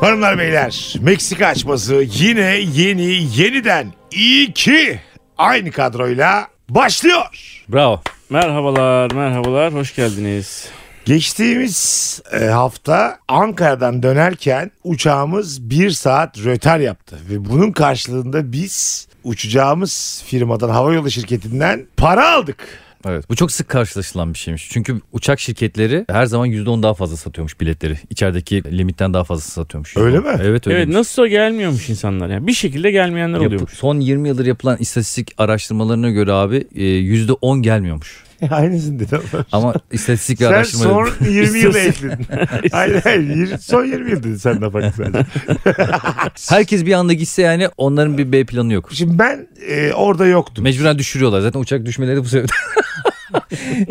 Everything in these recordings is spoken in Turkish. Hanımlar beyler Meksika açması yine yeni yeniden iki aynı kadroyla başlıyor. Bravo. Merhabalar, merhabalar. Hoş geldiniz. Geçtiğimiz e, hafta Ankara'dan dönerken uçağımız bir saat röter yaptı. Ve bunun karşılığında biz uçacağımız firmadan havayolu şirketinden para aldık. Evet. Bu çok sık karşılaşılan bir şeymiş. Çünkü uçak şirketleri her zaman %10 daha fazla satıyormuş biletleri. İçerideki limitten daha fazla satıyormuş. Öyle mi? Evet öyle. Evet nasılsa gelmiyormuş insanlar ya. Bir şekilde gelmeyenler oluyormuş. son 20 yıldır yapılan istatistik araştırmalarına göre abi e, %10 gelmiyormuş. Aynısını dedi adam. Ama istatistik ve Sen araştırma... son 20 yılı İstatistik- ekledin. hayır hayır yir- son 20 yıl dedin sen de bak sadece. Herkes bir anda gitse yani onların bir B planı yok. Şimdi ben e, orada yoktum. Mecburen düşürüyorlar. Zaten uçak düşmeleri de bu sebepten.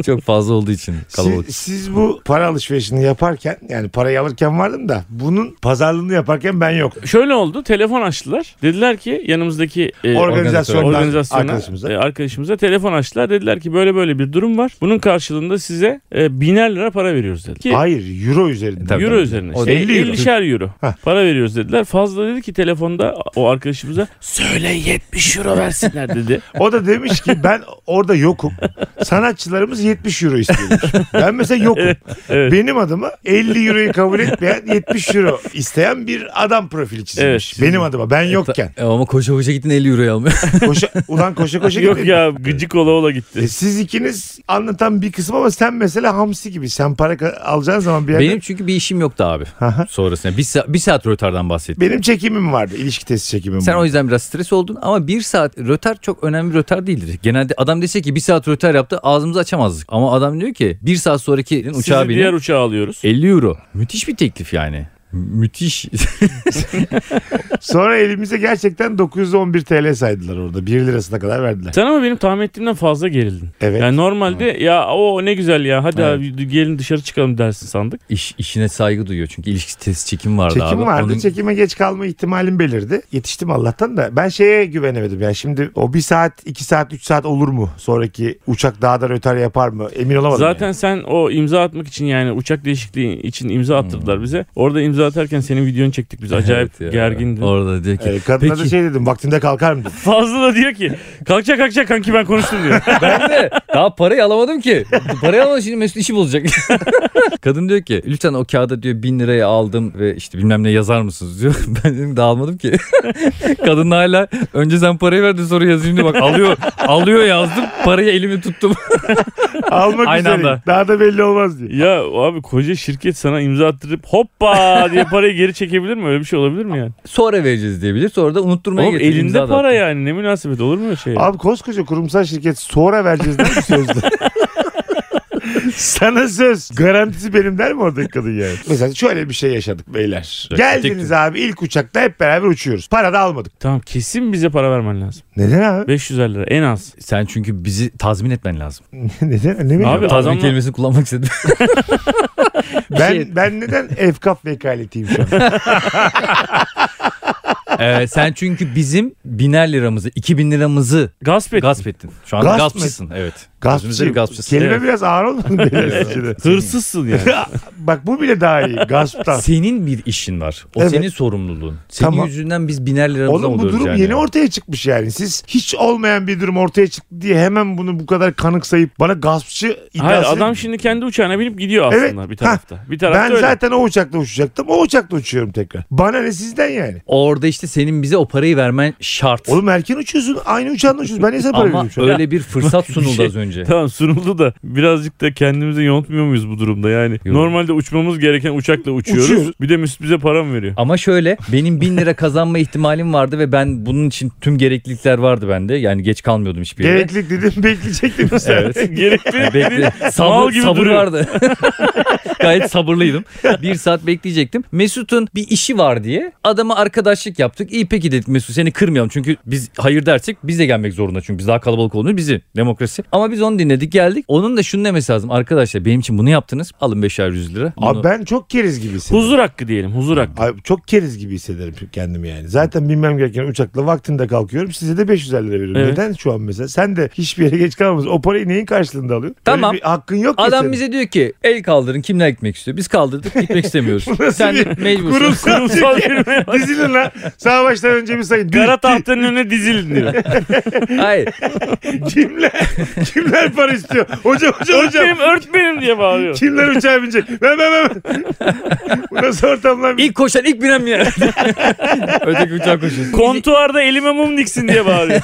çok fazla olduğu için kalabalık. Siz, siz bu para alışverişini yaparken yani parayı alırken vardım da bunun pazarlığını yaparken ben yoktum. Şöyle oldu. Telefon açtılar. Dediler ki yanımızdaki e, Organizasyondan organizasyona, arkadaşımıza. e, arkadaşımıza telefon açtılar. Dediler ki böyle böyle bir durum var. Bunun karşılığında size e, biner lira para veriyoruz dedi. Ki, Hayır E, euro üzerinden. Tabii. euro tabii. üzerine. O Şey, da 50 euro. 50'şer euro. Para veriyoruz dediler. Fazla dedi ki telefonda o arkadaşımıza söyle 70 euro versinler dedi. O da demiş ki ben orada yokum. Sanatçılarımız 70 euro istiyormuş. Ben mesela yokum. evet. Benim adıma 50 euroyu kabul etmeyen 70 euro isteyen bir adam profili çizilmiş. Evet. Benim adıma ben yokken. E, Ama koşa koşa gittin 50 euroya almıyor. Koşa, ulan koşa koşa Yok gidelim. ya gıcık ola ola gitti. E, Siz ikiniz anlatan bir kısım ama sen mesela hamsi gibi. Sen para ka- alacağın zaman bir yerde... Benim çünkü bir işim yoktu abi. Aha. Sonrasında. Bir, sa- bir saat rötardan bahsettim. Benim çekimim vardı. ilişki testi çekimim Sen vardı. o yüzden biraz stres oldun ama bir saat rötar çok önemli bir rötar değildir. Genelde adam dese ki bir saat rötar yaptı ağzımızı açamazdık. Ama adam diyor ki bir saat sonraki uçağa Sizi diğer binin uçağa alıyoruz. 50 euro. Müthiş bir teklif yani. Müthiş. Sonra elimize gerçekten 911 TL saydılar orada. 1 lirasına kadar verdiler. Sen ama benim tahmin ettiğimden fazla gerildin. Evet. Yani normalde ya o ne güzel ya hadi Evet. abi gelin dışarı çıkalım dersin sandık. İş, işine saygı duyuyor çünkü ilişki test çekim vardı abi. Çekim vardı. Onun- Çekime geç kalma ihtimalim belirdi. Yetiştim Allah'tan da. Ben şeye güvenemedim. Yani şimdi o 1 saat, 2 saat, 3 saat olur mu? Sonraki uçak daha da rötar yapar mı? Emin olamadım. Zaten sen o imza atmak için yani uçak değişikliği için imza attırdılar bize. Orada imza atarken senin videonu çektik biz. Acayip Evet ya. gergindin. Orada diyor ki yani. E, kadına da Peki. şey dedim. Vaktinde kalkar mı? dedim. Fazla da diyor ki kalkacak kalkacak kanki ben konuştum diyor. ben de daha parayı alamadım ki. Parayı alamadım şimdi Mesut işi bozacak. Kadın diyor ki lütfen o kağıda diyor bin liraya aldım ve işte bilmem ne yazar mısınız diyor. Ben dedim daha almadım ki. Kadın hala önce sen parayı verdin sonra yazayım diye bak alıyor alıyor yazdım parayı elimi tuttum. Almak Aynı üzereyim. anda. Daha da belli olmaz diye. ya abi koca şirket sana imza attırıp hoppa diye parayı geri çekebilir mi? Öyle bir şey olabilir mi yani? Sonra vereceğiz diyebilir sonra da unutturmaya Oğlum getirir, imza elinde da para attı. yani ne münasebet olur mu öyle şey? Abi koskoca kurumsal şirket sonra vereceğiz der mi sözde? Sana söz. Garantisi benim der mi oradaki kadın yani? Mesela şöyle bir şey yaşadık beyler. Evet, Geldiniz tek- abi ilk uçakta hep beraber uçuyoruz. Para da almadık. Tamam kesin bize para vermen lazım. Neden abi? 500 lira en az. Sen çünkü bizi tazmin etmen lazım. Neden? Ne bileyim. Abi tazmin adamla- kelimesini kullanmak istedim. ben, şey- ben neden efkaf vekaletiyim şu an? Ee, sen çünkü bizim biner liramızı, 2000 liramızı Gasp et. gasp ettin. Şu anda Gasp mı? gaspçısın. Evet. Gözümüzde Gaspçıyım. şey- bir gaspçısın. Kelime Evet. biraz ağır olmadı mı? beyler sizce de? Hırsızsın yani. Bak bu bile daha iyi. Gasptan. Senin bir işin var. O Evet. senin sorumluluğun. Senin Tamam. yüzünden biz biner liramızı Oğlum bu oluyoruz durum yani. yeni ortaya çıkmış yani. Siz hiç olmayan bir durum ortaya çıktı diye hemen bunu bu kadar kanık sayıp bana gaspçı Hayır iddiası adam şimdi kendi uçağına binip gidiyor aslında Evet. bir tarafta. Bir tarafta ben öyle. zaten o uçakla uçacaktım. O uçakla uçuyorum tekrar. Bana ne sizden yani? Orada işte senin bize o parayı vermen şart. Oğlum erken uçuyorsun. Aynı uçağınla uçuyorsun. Ben niye sana para Ama veriyorum şu an? öyle bir fırsat bir sunuldu şey- az önce. Tamam sunuldu da birazcık da kendimizi yontmuyor muyuz bu durumda yani? Normalde uçmamız gereken uçakla uçuyoruz. Uçuyoruz. Bir de Müslü bize para mı veriyor? Ama şöyle benim bin lira kazanma ihtimalim vardı ve ben bunun için tüm gereklilikler vardı bende. Yani geç kalmıyordum hiçbir yere. Gereklilik dedim bekleyecektim. Evet. Gerekli. Ee, Bekle. Mal Sabır, gibi sabır duruyor. vardı. Gayet sabırlıydım. Bir saat bekleyecektim. Mesut'un bir işi var diye adama arkadaşlık yap. yaptık. İyi peki dedik Mesut seni kırmayalım. Çünkü biz hayır dersek biz de gelmek zorunda. Çünkü biz daha kalabalık olduğumuz bizi demokrasi. Ama biz onu dinledik geldik. Onun da şunu demesi lazım. Arkadaşlar benim için bunu yaptınız. Alın 5'er 100 lira. Bunu- Abi ben çok keriz gibi hissederim. Huzur hakkı diyelim huzur hakkı. Abi çok keriz gibi hissederim kendimi yani. Zaten binmem gereken uçakla vaktinde kalkıyorum. Size de 500 lira veriyorum. Evet. Neden şu an mesela? Sen de hiçbir yere geç kalmamız. O parayı neyin karşılığında alıyorsun? Öyle Tamam. bir hakkın yok ki Adam senin. bize diyor ki el kaldırın kimler gitmek istiyor. Biz kaldırdık gitmek istemiyoruz. Sen bir mecbursun. Kurumsal, Kurumsal yürüme. Dizilin lan. Sağ baştan önce bir sayın. Dün Kara tahtanın önüne dizilin diyor. Hayır. kimler, kimler para istiyor? Hocam hocam hocam. örtmenim örtmenim diye bağırıyor. kimler uçağa binecek? Ben ben ben. ben. Bu nasıl ortam lan? İlk koşan ilk binen mi yani? Öteki uçağa koşuyorsun. Kontuarda elime mum diksin diye bağırıyor.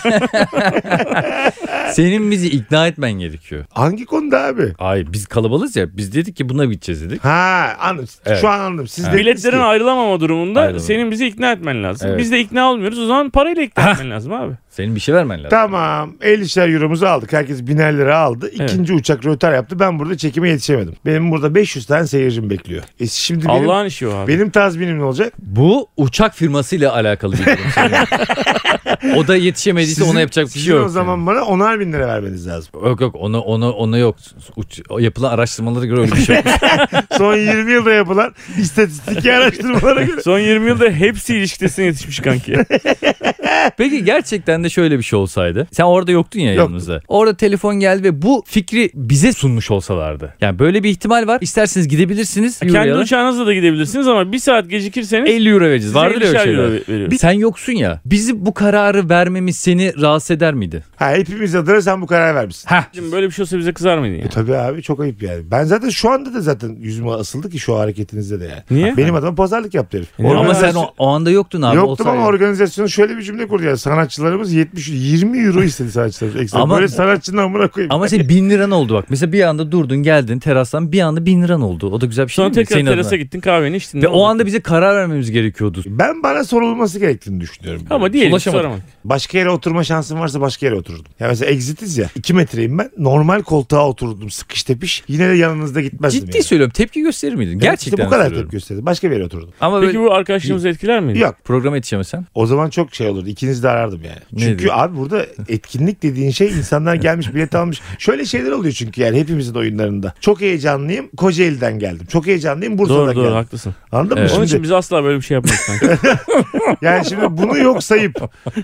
Senin bizi ikna etmen gerekiyor. Hangi konuda abi? Hayır biz kalabalız ya biz dedik ki buna gideceğiz dedik. Ha anladım. Evet. Şu an anladım. Siz dediniz Biletlerin ki- ayrılamama durumunda Ayrılamam. senin bizi ikna etmen lazım. Evet. Biz de ikna olmuyoruz o zaman parayla ikna etmen lazım abi. Senin bir şey vermen lazım. Tamam 50'şer euromuzu aldık. Herkes biner lira aldı. İkinci uçak rötar yaptı. Ben burada çekime yetişemedim. Benim burada 500 tane seyircim bekliyor. E şimdi benim, Allah'ın işi o abi. benim tazminim ne olacak? Bu uçak firmasıyla alakalı bir durum. senin. o da yetişemediyse Sizin- ona yapacak bir şey sizin yok. o zaman bana onar bin lira vermeniz lazım. Yok yok ona ona ona yok. Uç, yapılan araştırmalara göre öyle bir şey yok. Son 20 yılda yapılan istatistiki araştırmalara göre. Son 20 yılda hepsi ilişkidesine yetişmiş kanki. Peki gerçekten de şöyle bir şey olsaydı. Sen orada yoktun ya Yoktum. yanımızda. Orada telefon geldi ve bu fikri bize sunmuş olsalardı. Yani böyle bir ihtimal var. İsterseniz gidebilirsiniz. Kendi Euro'ya da uçağınızla da gidebilirsiniz ama bir saat gecikirseniz 50 euro vereceğiz. size Vardır ya 50'şer öyle euro şeyler. veriyoruz. Bir- Sen yoksun ya. Bizi bu kararı vermemiz seni rahatsız eder miydi? Ha, hepimiz adına sen bu karar vermişsin. Ha. Şimdi böyle bir şey olsa bize kızar mıydın ya? E tabii abi çok ayıp yani. Ben zaten şu anda da zaten yüzüme asıldı ki şu hareketinizde de yani. Niye? Benim adama pazarlık yaptı herif. E, Ama sen Organizasyon- o, o anda yoktun abi. Yoktum olsaydı. ama organizasyonu şöyle bir cümle kurdu yani sanatçılarımız 70 20 euro istedi sanatçılarımız ekstra. Ama- Böyle sanatçının amına koyayım. Ama senin bin liran oldu bak. Mesela bir anda durdun geldin terastan bir anda bin liran oldu. O da güzel bir şey Sonra değil mi? tekrar Senin adına. terasa gittin kahveni içtin. Ve Ne o oldu? anda bize karar vermemiz gerekiyordu. Ben bana sorulması gerektiğini düşünüyorum. ama diyelim ki Ulaşamadık. soramadık. Başka yere oturma şansım varsa başka yere otururdum. Ya mesela exitiz ya. 2 metreyim ben. Normal koltuğa oturdum sıkış tepiş. Yine de yanınızda gitmezdim. Ciddi yani. söylüyorum tepki gösterir miydin? Evet, Gerçekten işte bu kadar söylüyorum. tepki gösterdi. Başka bir yere oturdum. Ama Peki böyle bu arkadaşlığımızı etkiler miydi? Yok programa yetişemesen. o zaman çok şey olurdu. İkiniz de arardım yani. Ne Çünkü diyor? abi burada etkinlik dediğin şey insanlar gelmiş bilet almış. Şöyle şeyler oluyor çünkü yani hepimizin oyunlarında. Çok heyecanlıyım Kocaeli'den geldim. Çok heyecanlıyım Bursa'dan Doğru doğru geldim. haklısın. Anladın Evet. mı? Onun Şimdi- için biz asla böyle bir şey yapmayız kanka. Yani şimdi bunu yok sayıp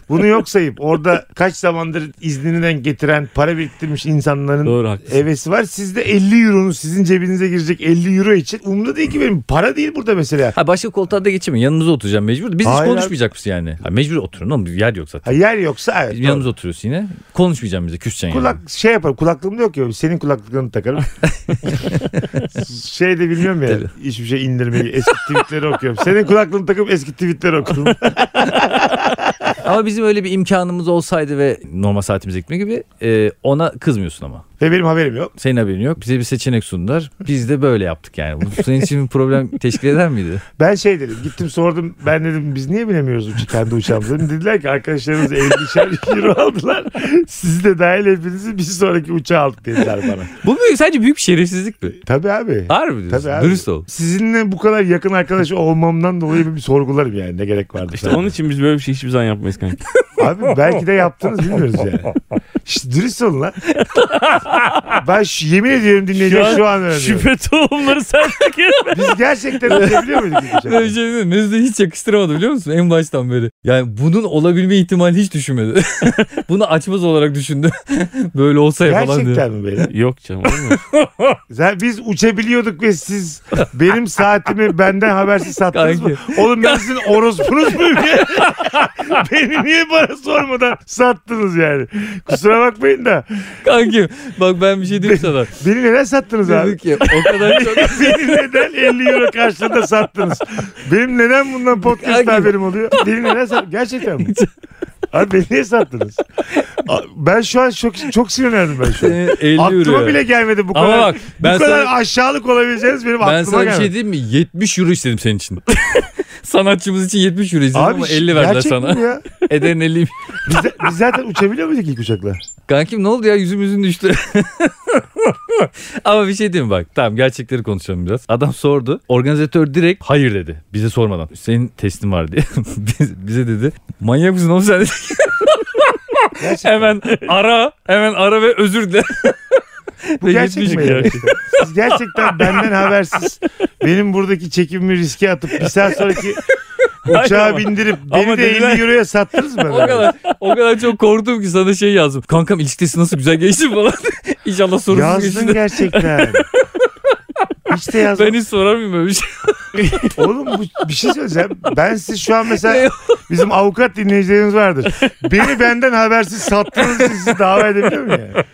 bunu yok sayıp orada kaç zamandır iznininden getiren para biriktirmiş insanların Doğru haklısın. hevesi var. Sizde 50 euronun sizin cebinize girecek 50 euro için. Umda değil ki benim para değil burada mesela. Ha başka koltuğa da geçemem. Yanımıza oturacağım mecbur. Biz Hayır abi. hiç konuşmayacak mısın yani? Ha, mecbur oturun oğlum. Yer yok zaten. Ha, yer yoksa evet. Bizim yanımıza oturuyorsun yine. Konuşmayacağım bize. Küseceksin Kulak yani. şey yaparım kulaklığım da yok ya senin kulaklığını takarım. şey de bilmiyorum ya hiçbir şey indirmeyi eski tweetleri okuyorum. Senin kulaklığını takıp eski tweetleri okuyorum. Ama bizim öyle bir imkanımız olsaydı ve normal saatimize gitme gibi e, ona kızmıyorsun ama. Ve benim haberim yok. Senin haberin yok. Bize bir seçenek sundular. Biz de böyle yaptık yani. Bu senin için bir problem teşkil eder miydi? Ben şey dedim gittim sordum ben dedim biz niye binemiyoruz uç- kendi uçağımıza dediler ki arkadaşlarımız 50'şer euro aldılar sizi de dahil hepinizi bir sonraki uçağa aldık dediler bana. Bu büyük, sence büyük bir şerefsizlik mi? Tabii abi. Harbi diyorsun. Tabii abi. Dürüst ol. Sizinle bu kadar yakın arkadaş olmamdan dolayı bir sorgularım yani ne gerek vardı. İşte onun için biz böyle bir şey hiçbir zaman yapmayız kanka. Abi belki de yaptınız bilmiyoruz yani. İşte dürüst olun lan. Ben şu- yemin ediyorum dinleyiciler Şu an şu, an öğreniyorum. Şüphe tohumları sen Biz gerçekten ödeyebiliyor muyduk bu Böyle bir uçağı? şey değil mi? Mesut'u hiç yakıştıramadı biliyor musun? En baştan beri. Yani bunun olabilme ihtimali hiç düşünmedi. Bunu açmaz olarak düşündü. böyle olsa ya falan diye. Gerçekten mi beyler? Yok canım olur mu? Zaten biz uçabiliyorduk ve siz benim saatimi benden habersiz sattınız mı? Oğlum ben sizin orospunuz muyum ya? Beni niye bana sormadan sattınız yani? Kusura bakmayın da. Kankim bak ben bir şey diyeyim sana. Beni neden sattınız abi? Dedik ki o kadar çok Beni neden 50 euro karşılığında sattınız? Benim neden bundan podcast Kanka. haberim oluyor? Beni neden sattınız? Gerçekten mi? Abi beni niye sattınız? A- Ben şu an çok çok sinirlendim ben şu an. Seni 50 euro. Aklıma bile gelmedi bu kadar. Ama bak ben bu kadar sana, aşağılık olabileceğiniz benim ben aklıma sana bir gelmedi. şey diyeyim mi? 70 euro istedim senin için. Sanatçımız için 70 euro istedim ama şi- 50 verdiler gerçek sana. mi ya? Eden 50 Biz, de- biz zaten uçabiliyor muyduk ilk uçakla? Kankim ne oldu ya yüzümüzün düştü. Ama bir şey diyeyim mi bak. Tamam gerçekleri konuşalım biraz. Adam sordu. Organizatör direkt hayır dedi. Bize sormadan. Senin testin var diye. Biz- bize dedi. Manyak mısın oğlum sen? hemen ara. Hemen ara ve özür dile. Bu Ve gerçek gitmiş mi? yani. Siz gerçekten benden habersiz benim buradaki çekimimi riske atıp bir saat sonraki uçağa ama- bindirip beni ama de dediler- 50 euroya sattınız mı? O kadar, o kadar çok korktum ki sana şey yazdım. Kankam ilişkisi nasıl güzel geçti falan. İnşallah sorunsuz Yazdın geçti. de. gerçekten. Hiç de yazmadım. Ben hiç sorar mıyım öyle bir şey? Oğlum bu, bir şey söyleyeceğim. Ben siz şu an mesela bizim avukat dinleyicilerimiz vardır. Beni benden habersiz sattığınız için sizi dava edebiliyor muyum yani?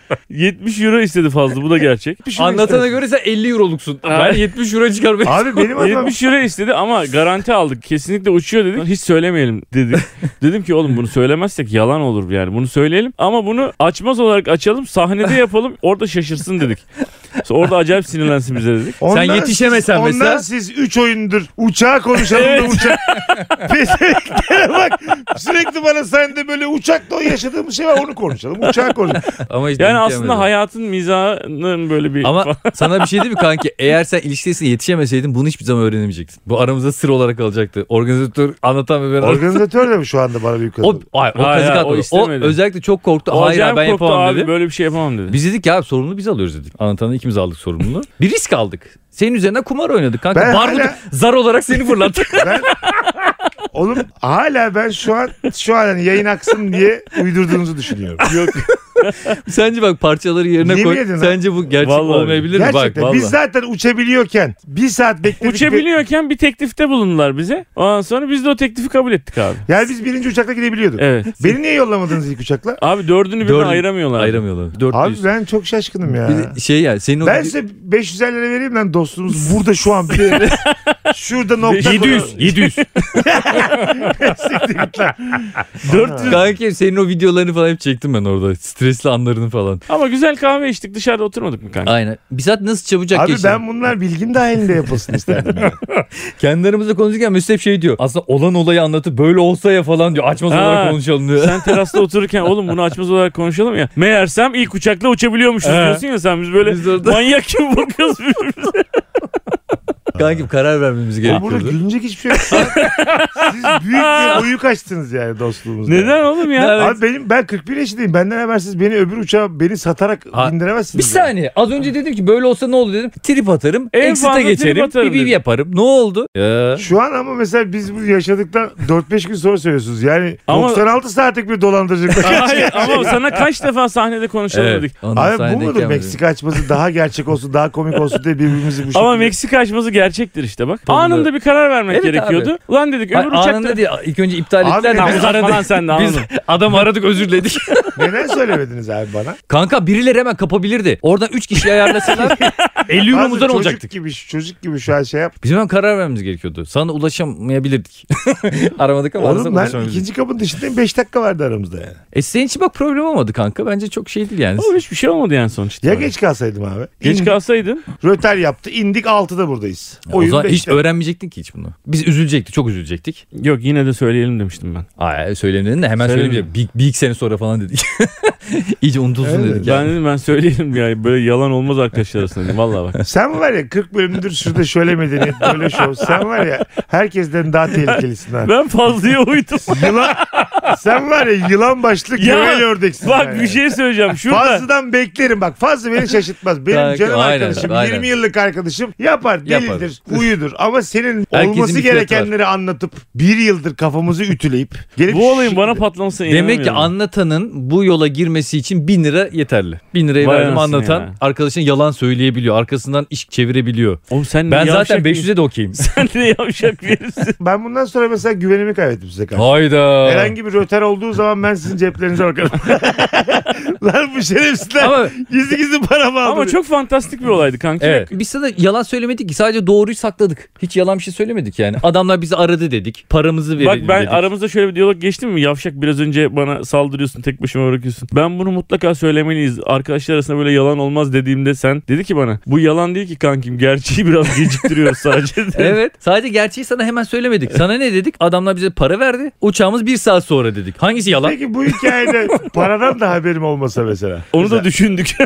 70 euro istedi fazla bu da gerçek. Bir şey Anlatana istersin. göre sen 50 euroluksun. Ben 70 euro çıkarmayayım. Abi benim adım 70 euro istedi ama garanti aldık. Kesinlikle uçuyor dedik. Hiç söylemeyelim dedik. dedim ki oğlum bunu söylemezsek yalan olur yani. Bunu söyleyelim ama bunu açmaz olarak açalım. Sahnede yapalım. Orada şaşırsın dedik. Sonra orada acayip sinirlensin bize dedik. Ondan Sen yetişemesen siz, Ondan mesela. siz 3 oyundur uçağa konuşalım da uçak. Pezevenklere bak sürekli bana sen de böyle uçakta o yaşadığımız şey var onu konuşalım. Uçağa konuşalım. Ama işte Yani denk aslında gelmedi. hayatın mizahının böyle bir... Ama sana bir şey diyeyim mi kanki? Eğer sen ilişkisine yetişemeseydin bunu hiçbir zaman öğrenemeyecektin. Bu aramızda sır olarak kalacaktı. Organizatör anlatan ve ben... Organizatör de mi şu anda bana büyük o, kadın? hayır, o Hayır, kazık hayır, atmadı. o O, istemedi. özellikle çok korktu. O hayır acayip abi, ben korktu yapamam abi dedi. böyle bir şey yapamam dedi. Biz dedik ya abi, sorumluluğu biz alıyoruz dedik. Anlatanı ikimiz aldık sorumluluğu. bir risk aldık. Senin üzerinden kumar oynadık kanka. Ben Barbut hala- zar olarak seni fırlattık. Ben, oğlum hala ben şu an şu an hani yayın aksın diye uydurduğunuzu düşünüyorum. Yok. Sence bak parçaları yerine Yemin koy. ediyorum. Sence bu gerçek Vallahi. olmayabilir mi? Bak Gerçekten vallahi. biz zaten uçabiliyorken bir saat bekledik. ve- Uçabiliyorken bir teklifte bulundular bize. Ondan sonra biz de o teklifi kabul ettik abi. Yani biz birinci uçakla gidebiliyorduk. Evet. Beni niye yollamadınız ilk uçakla? Abi dördünü birden Dördün- ayıramıyorlar. Ayıramıyorlar. 400. Abi ben çok şaşkınım ya. Bir de şey yani senin Ben o... size 500 lira vereyim lan dostumuz burada şu an bir yere. Şurada nokta 700. 700. koyalım. 400. Kanki senin o videolarını falan hep çektim ben orada. Stresli anlarını falan. Ama güzel kahve içtik dışarıda oturmadık mı kanka? Aynen. Bir saat nasıl çabucak Abi geçti. ben bunlar bilgim dahilinde yapılsın isterdim. yani. Kendi aramızda konuşurken Mesut hep şey diyor. Aslında olan olayı anlatıp böyle olsa ya falan diyor. Açmaz Ha. olarak konuşalım diyor. Sen terasta otururken oğlum bunu açmaz olarak konuşalım ya. Meğersem ilk uçakla uçabiliyormuşuz He. diyorsun ya sen biz böyle Biz de orada- manyak gibi bakıyoruz. Kankim karar vermemiz Ama burada gerekiyordu. gülünecek hiçbir şey yok. Şu an Siz büyük bir uyuk açtınız yani dostluğumuzda. Neden oğlum ya? Abi benim ben 41 yaşındayım. Benden habersiz beni öbür uçağa beni satarak Ha, Bir bindiremezsiniz. yani. saniye. Az önce dedim ki böyle olsa ne olur dedim. Trip atarım. En Exit'e fazla trip geçerim. atarım Bir bir dedim. yaparım. Ne oldu? Ya. Şu an ama mesela biz bunu yaşadıktan 4-5 gün sonra söylüyorsunuz. Yani Ama- 96 saatlik bir dolandırıcılık. Hayır ama sana kaç defa sahnede konuşalım dedik. Ondan Abi bu sahnedeyken mudur böyle- Meksika açması daha gerçek olsun daha komik olsun diye birbirimizi bu şekilde. Ama Meksika açması gerçektir işte bak. Tabii. Anında bir karar vermek Evet gerekiyordu. Lan dedik Ay, öbür uçakta. anında diye ilk önce iptal Abi ettiler. neden- Tamam Biz uzatma aradık. lan sen de Biz anladım. adam aradık özür diledik. Neden söylemediniz abi bana? Kanka birileri hemen kapabilirdi. Oradan 3 kişi ayarlasalar 50 Bazı euromuzdan çocuk olacaktık. Gibi, çocuk gibi şu an şey yap. Bizim hemen karar vermemiz gerekiyordu. Sana ulaşamayabilirdik. Aramadık ama Oğlum arasam ben ulaşamayabilirdik. ikinci kapının dışındayım 5 dakika vardı aramızda yani. E senin için bak problem olmadı kanka. Bence çok şey değil yani. Oğlum hiçbir şey olmadı yani sonuçta. Ya geç kalsaydım abi. Geç İndik, kalsaydın. Röter yaptı indik 6'da buradayız. o Oyun zaman hiç beşte. öğrenmeyecektin ki hiç bunu. Biz üzülecektik. Çok üzülecektik. Yok yine de söyleyelim demiştim ben. Ay söylemedin de hemen Söylemedim. söylemeyecek. Bir, bir iki sene sonra falan dedik. İyice unutulsun Evet. dedik. Ben Yani. dedim ben söyleyelim ya böyle yalan olmaz arkadaşlar arasında. dedim. Vallahi bak. Sen var ya 40 bölümdür şurada şöyle medeniyet böyle şov. Sen var ya herkesten daha tehlikelisin ha. Ben fazlaya uydum. Yılan, sen var ya yılan başlı Ya, gövel ördeksin. sen Bak bir yani. şey söyleyeceğim. Şurada Fazlı'dan beklerim bak. Fazlı beni şaşırtmaz. Benim Kanka, canım aynen, arkadaşım aynen. 20 yıllık arkadaşım yapar Yapar. delidir uyudur. Ama senin Herkesin olması bir fiyatı gerekenleri anlatıp bir yıldır kafamızı ütüleyip gelip bu olayın bana şimdi- patlamasına inanamıyorum. Demek ki anlatanın bu yola girmesi için bin lira yeterli. Bin lirayı Vay verdim anasını anlatan. ya. Arkadaşın yalan söyleyebiliyor. Arkasından iş çevirebiliyor. Oğlum sen Ben ne zaten yavşak 500'e de okeyim. Sen de yavşak birisin. Ben bundan sonra mesela güvenimi kaybettim size karşı. Hayda. Herhangi bir röter olduğu zaman ben sizin ceplerinize bakarım. Lan bu şerefsizler Ama gizli gizli para mı aldı? Ama çok fantastik bir olaydı kanka. Evet. Biz sana yalan söylemedik ki sadece doğruyu sakladık. Hiç yalan bir şey söylemedik yani. Adamlar bizi aradı dedik. Paramızı Bak verelim ben dedik. aramızda şöyle bir diyalog geçti mi? Yavşak biraz önce bana saldırıyorsun tek başıma bırakıyorsun. Ben bunu mutlaka söylemeliyiz. Arkadaşlar arasında böyle yalan olmaz dediğimde sen dedi ki bana bu yalan değil ki kankim gerçeği biraz geciktiriyoruz sadece. dedi. Evet. Sadece gerçeği sana hemen söylemedik. Sana ne dedik? Adamlar bize para verdi. Uçağımız bir saat sonra dedik. Hangisi yalan? Peki bu hikayede paradan da haberim olmasa mesela. Onu da düşündük.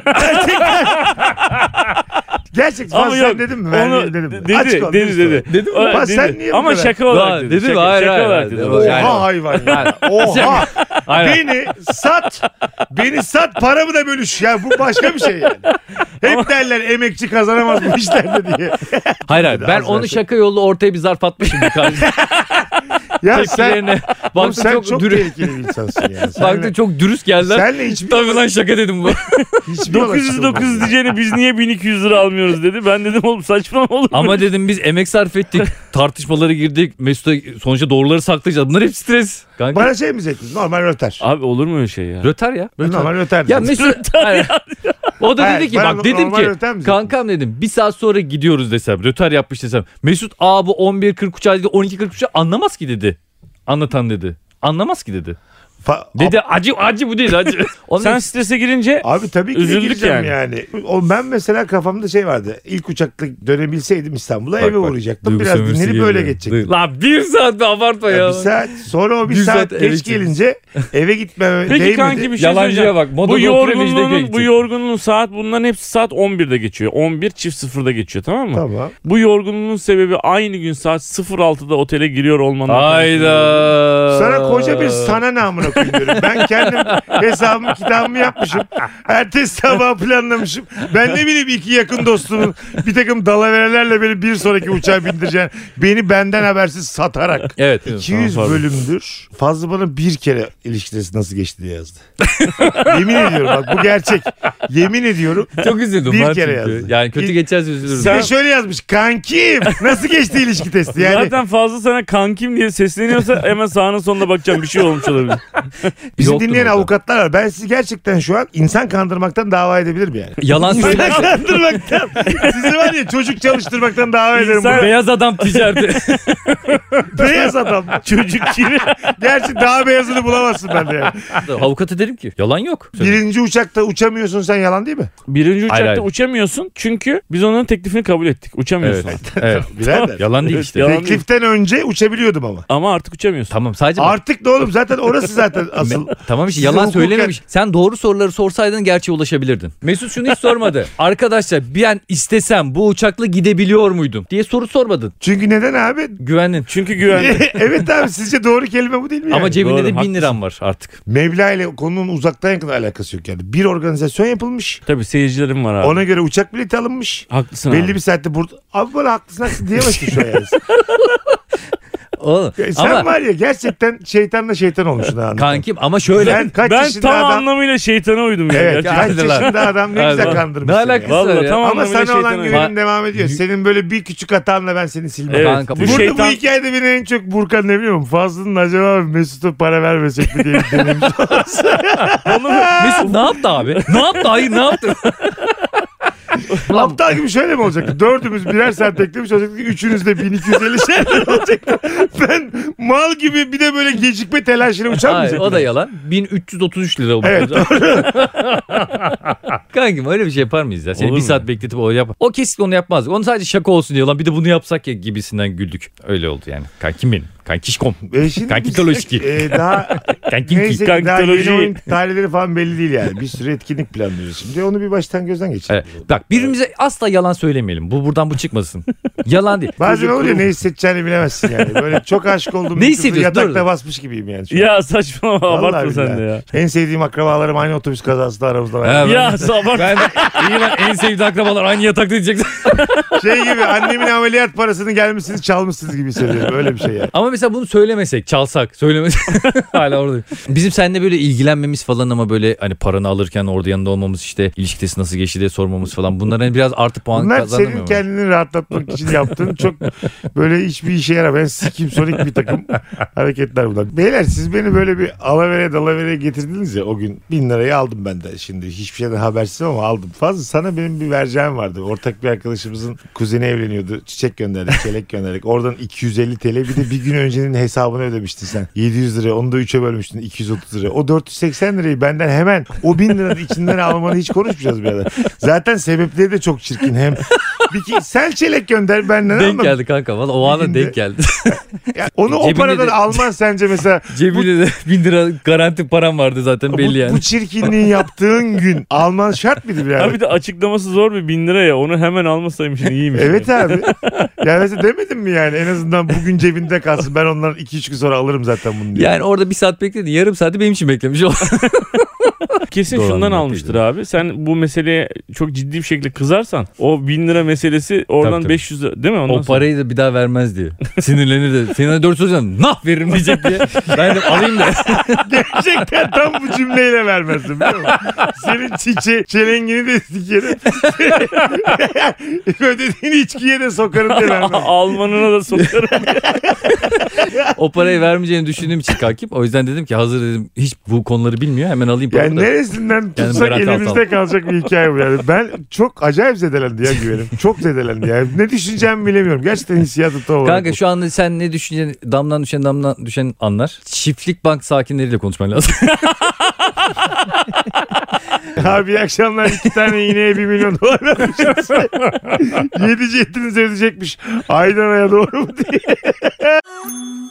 Gerçekten Ama Ama sen yok, dedin mi? Ben Onu dedim mi? dedi, Açık ol, dedi dürüst ol. dedi. Dedim O- Ulan dedi. sen niye bu Ama kadar- şaka olarak Ulan dedi. dedim, şaka, hayır, şaka hayır, olarak hayır. dedi. Oha Yani- hayvan ya. Oha. beni sat. Beni sat paramı da bölüş. Ya bu başka bir şey yani. Hep derler emekçi kazanamaz bu işlerde diye. Hayır hayır ben Az onu versin. şaka yolu ortaya bir zarf atmışım bu kardeşim. Ya sen, Tepkilerine. oğlum, Baktım sen çok, çok, dürüst. tehlikeli bir insansın yani. Baktım Senle, çok dürüst geldiler. senle hiçbir, Tabii lan şaka dedim bu. hiçbir 900 olasılık 900 yok. diyeceğine biz niye 1200 lira almıyoruz dedi. Ben dedim oğlum saçmalama olur mu? Ama dedim biz emek sarf ettik. Tartışmalara girdik. Mesut'a sonuçta doğruları saklayacağız. Bunlar hep stres. Kanka. Bana şey mi zevkli? Normal röter. Abi olur mu öyle şey ya? Röter ya. Röter. Normal röter. Ya diyeceğim. Mesut. Hayır. O da Hayır, dedi ki ben bak dedim normal ki röter mi zaten? kankam dedim bir saat sonra gidiyoruz desem röter yapmış desem Mesut abi 11.40 uçağı dedi 12.40 uçağı anlamaz ki dedi. Anlatan dedi. Anlamaz ki dedi. Fa- Dedi acı acı bu değil acı. Onun Sen strese girince Abi tabii ki de Üzüldük gireceğim yani. O ben mesela kafamda şey vardı. İlk uçakla dönebilseydim İstanbul'a Bak, eve bak. uğrayacaktım. Duygu Biraz sömürüsü dinlenip geliyor. öyle geçecektim. Duy- La bir saat be abartma Ya ya. bir saat sonra o bir, Bir saat, saat eve geç gittik. gelince eve gitmeme Peki değmedi. kanki bir şey söyleyeceğim. Yalancıya bak. Moda bu bu yorgunluğun, bu yorgunluğun saat bunların hepsi saat 11'de geçiyor. 11 çift sıfırda geçiyor tamam mı? Tamam. Bu yorgunluğun sebebi aynı gün saat 06'da otele giriyor olmanın. Hayda. Sana koca bir sana namına koyuyorum. Ben kendim hesabımı kitabımı yapmışım. Ertesi sabah planlamışım. Ben ne bileyim iki yakın dostumun bir takım dalaverelerle beni bir sonraki uçağa bindireceğini beni benden habersiz satarak. Evet. 200 Tamam, pardon. bölümdür. Fazla bana bir kere ilişkidesi nasıl geçti diye yazdı. Yemin ediyorum bak bu gerçek. Yemin ediyorum. Çok üzüldüm. Bir ben kere çünkü. yazdı. Yani kötü İlk- geçerse üzülürüm. Bir Sen- de şöyle yazmış. Kankim nasıl geçti ilişki testi yani. Zaten fazla sana kankim diye sesleniyorsa hemen sahanın sonuna bakacağım bir şey olmuş olabilir. Bizi Yoktur dinleyen orada. avukatlar var. Ben sizi gerçekten şu an insan kandırmaktan dava edebilirim yani. Yalan söyle. İnsan kandırmaktan. Sizi var ya çocuk çalıştırmaktan dava ederim. İnsan- Beyaz adam ticareti. Beyaz adam. Çocuk gibi. Gerçi daha beyazını bulamazsın bende yani. Avukata dedim ki yalan yok. Birinci uçakta uçamıyorsun sen yalan değil mi? Birinci uçakta hayır. uçamıyorsun çünkü biz onların teklifini kabul ettik. Evet. Uçamıyorsun. evet. Birader. Yalan değil işte. Yalan değil. Tekliften önce uçabiliyordum ama. Ama artık uçamıyorsun. Tamam sadece bak- Artık ne oğlum zaten orası zaten asıl. Me- tamam işte Size yalan hukuken- söylememiş. Sen doğru soruları sorsaydın gerçeğe ulaşabilirdin. Mesut şunu hiç sormadı. Arkadaşlar ben istesem bu uçakla gidebiliyor muydum diye soru sormadın. Çünkü neden abi? Güvendin. Çünkü güvenli. evet abi sizce doğru kelime bu değil mi? Ama yani? cebinde doğru, de haklısın. bin liram var artık. Mevla ile konunun uzaktan yakın alakası yok yani. Bir organizasyon yapılmış. Tabii seyircilerim var abi. Ona göre uçak bileti alınmış. Haklısın Belli abi. bir saatte burada. Abi bana haklısın haklısın diyemezsin şu an yani. Oğlum, Ya Sen ama var ya gerçekten şeytanla şeytan olmuşsun ha. kankim ama şöyle. Ben kaç ben yaşında tam adam... anlamıyla şeytana uydum ya. Evet kaç Gerçekten. yaşında adam ne güzel Aynen. kandırmışsın. Ne alakası ya. var Vallahi ya. tam Ama anlamıyla sana şeytana olan uydum. güvenin devam ediyor. Senin böyle bir küçük hatanla ben seni silmem. Evet, Kanka, bu bu- Burada bu şeytan hikayede beni en çok Burkan ne biliyor musun? Fazlı'nın acaba Mesut'a para vermesek mi diye bir denemiş. Mesut ne yaptı abi? Ne yaptı? Hayır ne yaptı? Ulan Aptal gibi şöyle mi olacaktı? Dördümüz birer saat beklemiş olacaktık. Üçünüz de 1250 şeyler olacaktı. şey Ben mal gibi bir de böyle gecikme telaşıyla Hayır, uçamayacaktım. o da yalan. 1333 lira olmuş. Evet, Kankim öyle bir şey yapar mıyız ya? Seni Olur bir mu? saat bekletip o yap. O kesin onu yapmazdık. Onu sadece şaka olsun diye lan bir de bunu yapsak ya gibisinden güldük. Öyle oldu yani. Kankim benim. Kankişkom. E şimdi Kanki biz, Toloski. e, daha Kankinki. neyse ki daha yeni Toloski. oyun tarihleri falan belli değil yani. Bir sürü etkinlik planlıyoruz şimdi. Onu bir baştan gözden geçirelim. Evet. Bak birbirimize asla yalan söylemeyelim. Bu buradan bu çıkmasın. yalan değil. Bazen oluyor ne hissedeceğini bilemezsin yani. Böyle çok aşık olduğum bir Ne kızı hissediyorsun? yatakta Dur. basmış gibiyim yani. şu an. Ya saçmalama Vallahi abartma sen billahi. de ya. En sevdiğim akrabalarım aynı otobüs kazasında aramızda. var. Ha, ben- Ya sabah Ben iyi lan en sevdiği akrabalar aynı yatakta diyeceksin. Şey gibi annemin ameliyat parasını gelmişsiniz çalmışsınız gibi hissediyorum. Öyle bir şey yani. Ama mesela bunu söylemesek, çalsak, söylemesek hala orada. Bizim seninle böyle ilgilenmemiz falan ama böyle hani paranı alırken orada yanında olmamız işte ilişkisi nasıl geçti diye sormamız falan. Bunlar hani biraz artı puan Bunlar kazanamıyor senin mu? kendini rahatlatmak için yaptığın çok böyle hiçbir işe yaramayan sikim sonik bir takım hareketler bunlar. Beyler siz beni böyle bir alavere dalavere getirdiniz ya o gün. Bin lirayı aldım ben de şimdi. Hiçbir şeyden habersiz ama aldım. Fazla sana benim bir vereceğim vardı. Ortak bir arkadaşımızın kuzeni evleniyordu. Çiçek gönderdik, çelek gönderdik. Oradan 250 TL bir de bir gün öncenin hesabını ödemiştin sen. 700 lira onu da 3'e bölmüştün 230 lira. O 480 lirayı benden hemen o 1000 liranın içinden almanı hiç konuşmayacağız bir adam. Zaten sebepleri de çok çirkin hem Bir ki sen çelek gönder ben ne denk anladım. geldi kanka valla o ana Birinde- denk geldi. Ya onu o Cebinde paradan de- alman sence mesela. Cebimde de bin lira garanti param vardı zaten Bu, belli yani. bu çirkinliği yaptığın gün alman şart mıydı birader? Abi de açıklaması zor bir bin lira ya. Onu hemen almasaymışsın iyiymiş. Evet abi. Ya mesela demedim mi yani en azından bugün cebinde kalsın. Ben ondan 2-3 gün sonra alırım zaten bunu diye. Yani orada bir saat bekledi. Yarım saati benim için beklemiş. o. Kesin Doğru şundan anlamak almıştır abi. Sen bu meseleye çok ciddi bir şekilde kızarsan o bin lira meselesi oradan Tabii, tabii. 500 lira değil mi? Ondan o parayı da bir daha vermez diye. Sinirlenir de. Sinirlenir 400 lira nah veririm diyecek diye. Ben de alayım da. Gerçekten tam bu cümleyle vermezdim biliyor musun? Senin çiçe, çelengini de sikerim. Ödediğin içkiye de sokarım diye sonra- vermezdim. Almanına da sokarım. O parayı vermeyeceğini düşündüğüm için kalkıp. O yüzden dedim ki hazır dedim hiç bu konuları bilmiyor. Hemen alayım Yani paramı da. neresinden tutsak garanti elimizde altalım. kalacak bir hikaye bu yani. Ben çok acayip zedelendi ya güvenim. Çok zedelendi ya. Ne düşüneceğimi bilemiyorum. Gerçekten hissiyatı tam olarak. Kanka şu anda sen ne düşüneceksin? Damdan düşen damdan düşen anlar. Çiftlik bank sakinleriyle konuşman lazım. Abi iyi akşamlar iki tane iğneye bir milyon dolar vermişiz. Yedi cettiniz ödeyecekmiş. Aydana'ya doğru mu diye.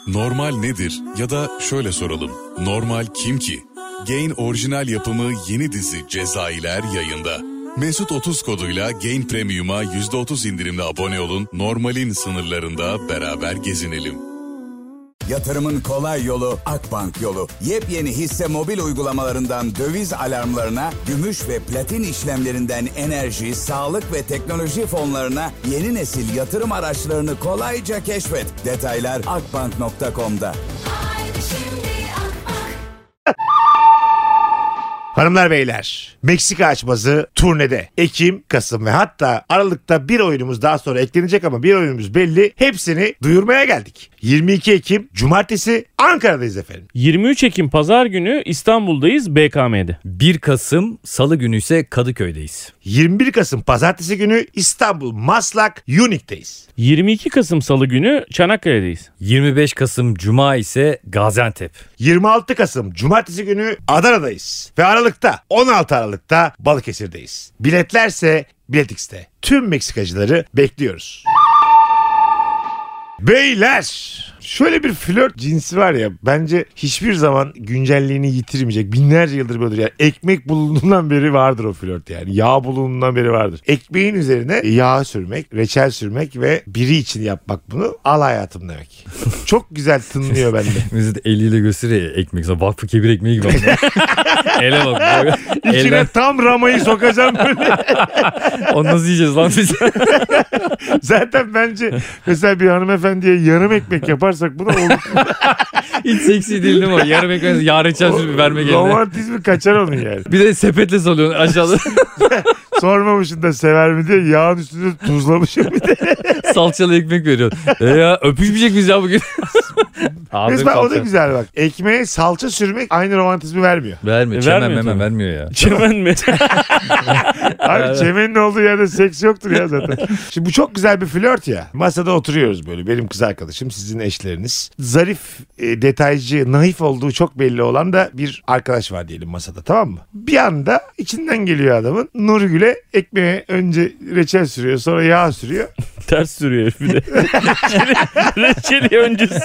Normal nedir? Ya da şöyle soralım. Normal kim ki? Gain orijinal yapımı yeni dizi Cezayirler yayında. Mesut 30 koduyla Gain Premium'a %30 indirimle abone olun. Normalin sınırlarında beraber gezinelim. Yatırımın kolay yolu Akbank yolu. Yepyeni hisse mobil uygulamalarından döviz alarmlarına, gümüş ve platin işlemlerinden enerji, sağlık ve teknoloji fonlarına yeni nesil yatırım araçlarını kolayca keşfet. Detaylar akbank.com'da. Hanımlar beyler Meksika açması turnede. Ekim, Kasım ve hatta Aralık'ta bir oyunumuz daha sonra eklenecek ama bir oyunumuz belli. Hepsini duyurmaya geldik. 22 Ekim Cumartesi Ankara'dayız efendim. 23 Ekim pazar günü İstanbul'dayız BKM'de. 1 Kasım salı günü ise Kadıköy'deyiz. 21 Kasım Pazartesi günü İstanbul Maslak Unique'deyiz. 22 Kasım salı günü Çanakkale'deyiz. 25 Kasım cuma ise Gaziantep. 26 Kasım Cumartesi günü Adana'dayız. Ve Aralık'ta 16 Aralık'ta Balıkesir'deyiz. Biletlerse Biletix'te. Tüm Meksikacıları bekliyoruz. Beyler şöyle bir flört cinsi var ya bence hiçbir zaman güncelliğini yitirmeyecek. Binlerce yıldır böyledir. Yani ekmek bulunduğundan beri vardır o flört yani. Yağ bulunduğundan beri vardır. Ekmeğin üzerine yağ sürmek, reçel sürmek ve biri için yapmak bunu al hayatım demek. Çok güzel tınlıyor bende. Mesut eliyle gösteriyor ya ekmek. Sonra Vakfı kebir ekmeği gibi. oldu. Ele bak. böyle. İçine Elden, tam ramayı sokacağım böyle. onu nasıl yiyeceğiz lan biz? Zaten bence mesela bir hanımefendiye yarım ekmek yaparsak bu da olur. Hiç seksi değil değil mi? o? Yarım ekmeği yarın çarşı bir verme geldi. Romantizmi kaçar onun yani. Bir de sepetle salıyorsun aşağıda. Sormamışsın da sever mi diye yağın üstünde tuzlamışım bir de. Salçalı ekmek veriyorsun. E ya öpüşmeyecek miyiz ya bugün? Abi Resmen o da güzel bak. Ekmeğe salça sürmek aynı romantizmi vermiyor. Vermiyor. E, Çemen vermiyor memen tabii. vermiyor ya. Çemen mi? Abi Evet. çemenin olduğu yerde seks yoktur ya zaten. Şimdi bu çok güzel bir flört ya. Masada oturuyoruz böyle benim kız arkadaşım sizin eşleriniz. Zarif, e, detaycı, naif olduğu çok belli olan da bir arkadaş var diyelim masada tamam mı? Bir anda içinden geliyor adamın. Nurgül'e ekmeğe önce reçel sürüyor sonra yağ sürüyor. Ters sürüyor herif bir de. Reçeli- Reçeli öncesi.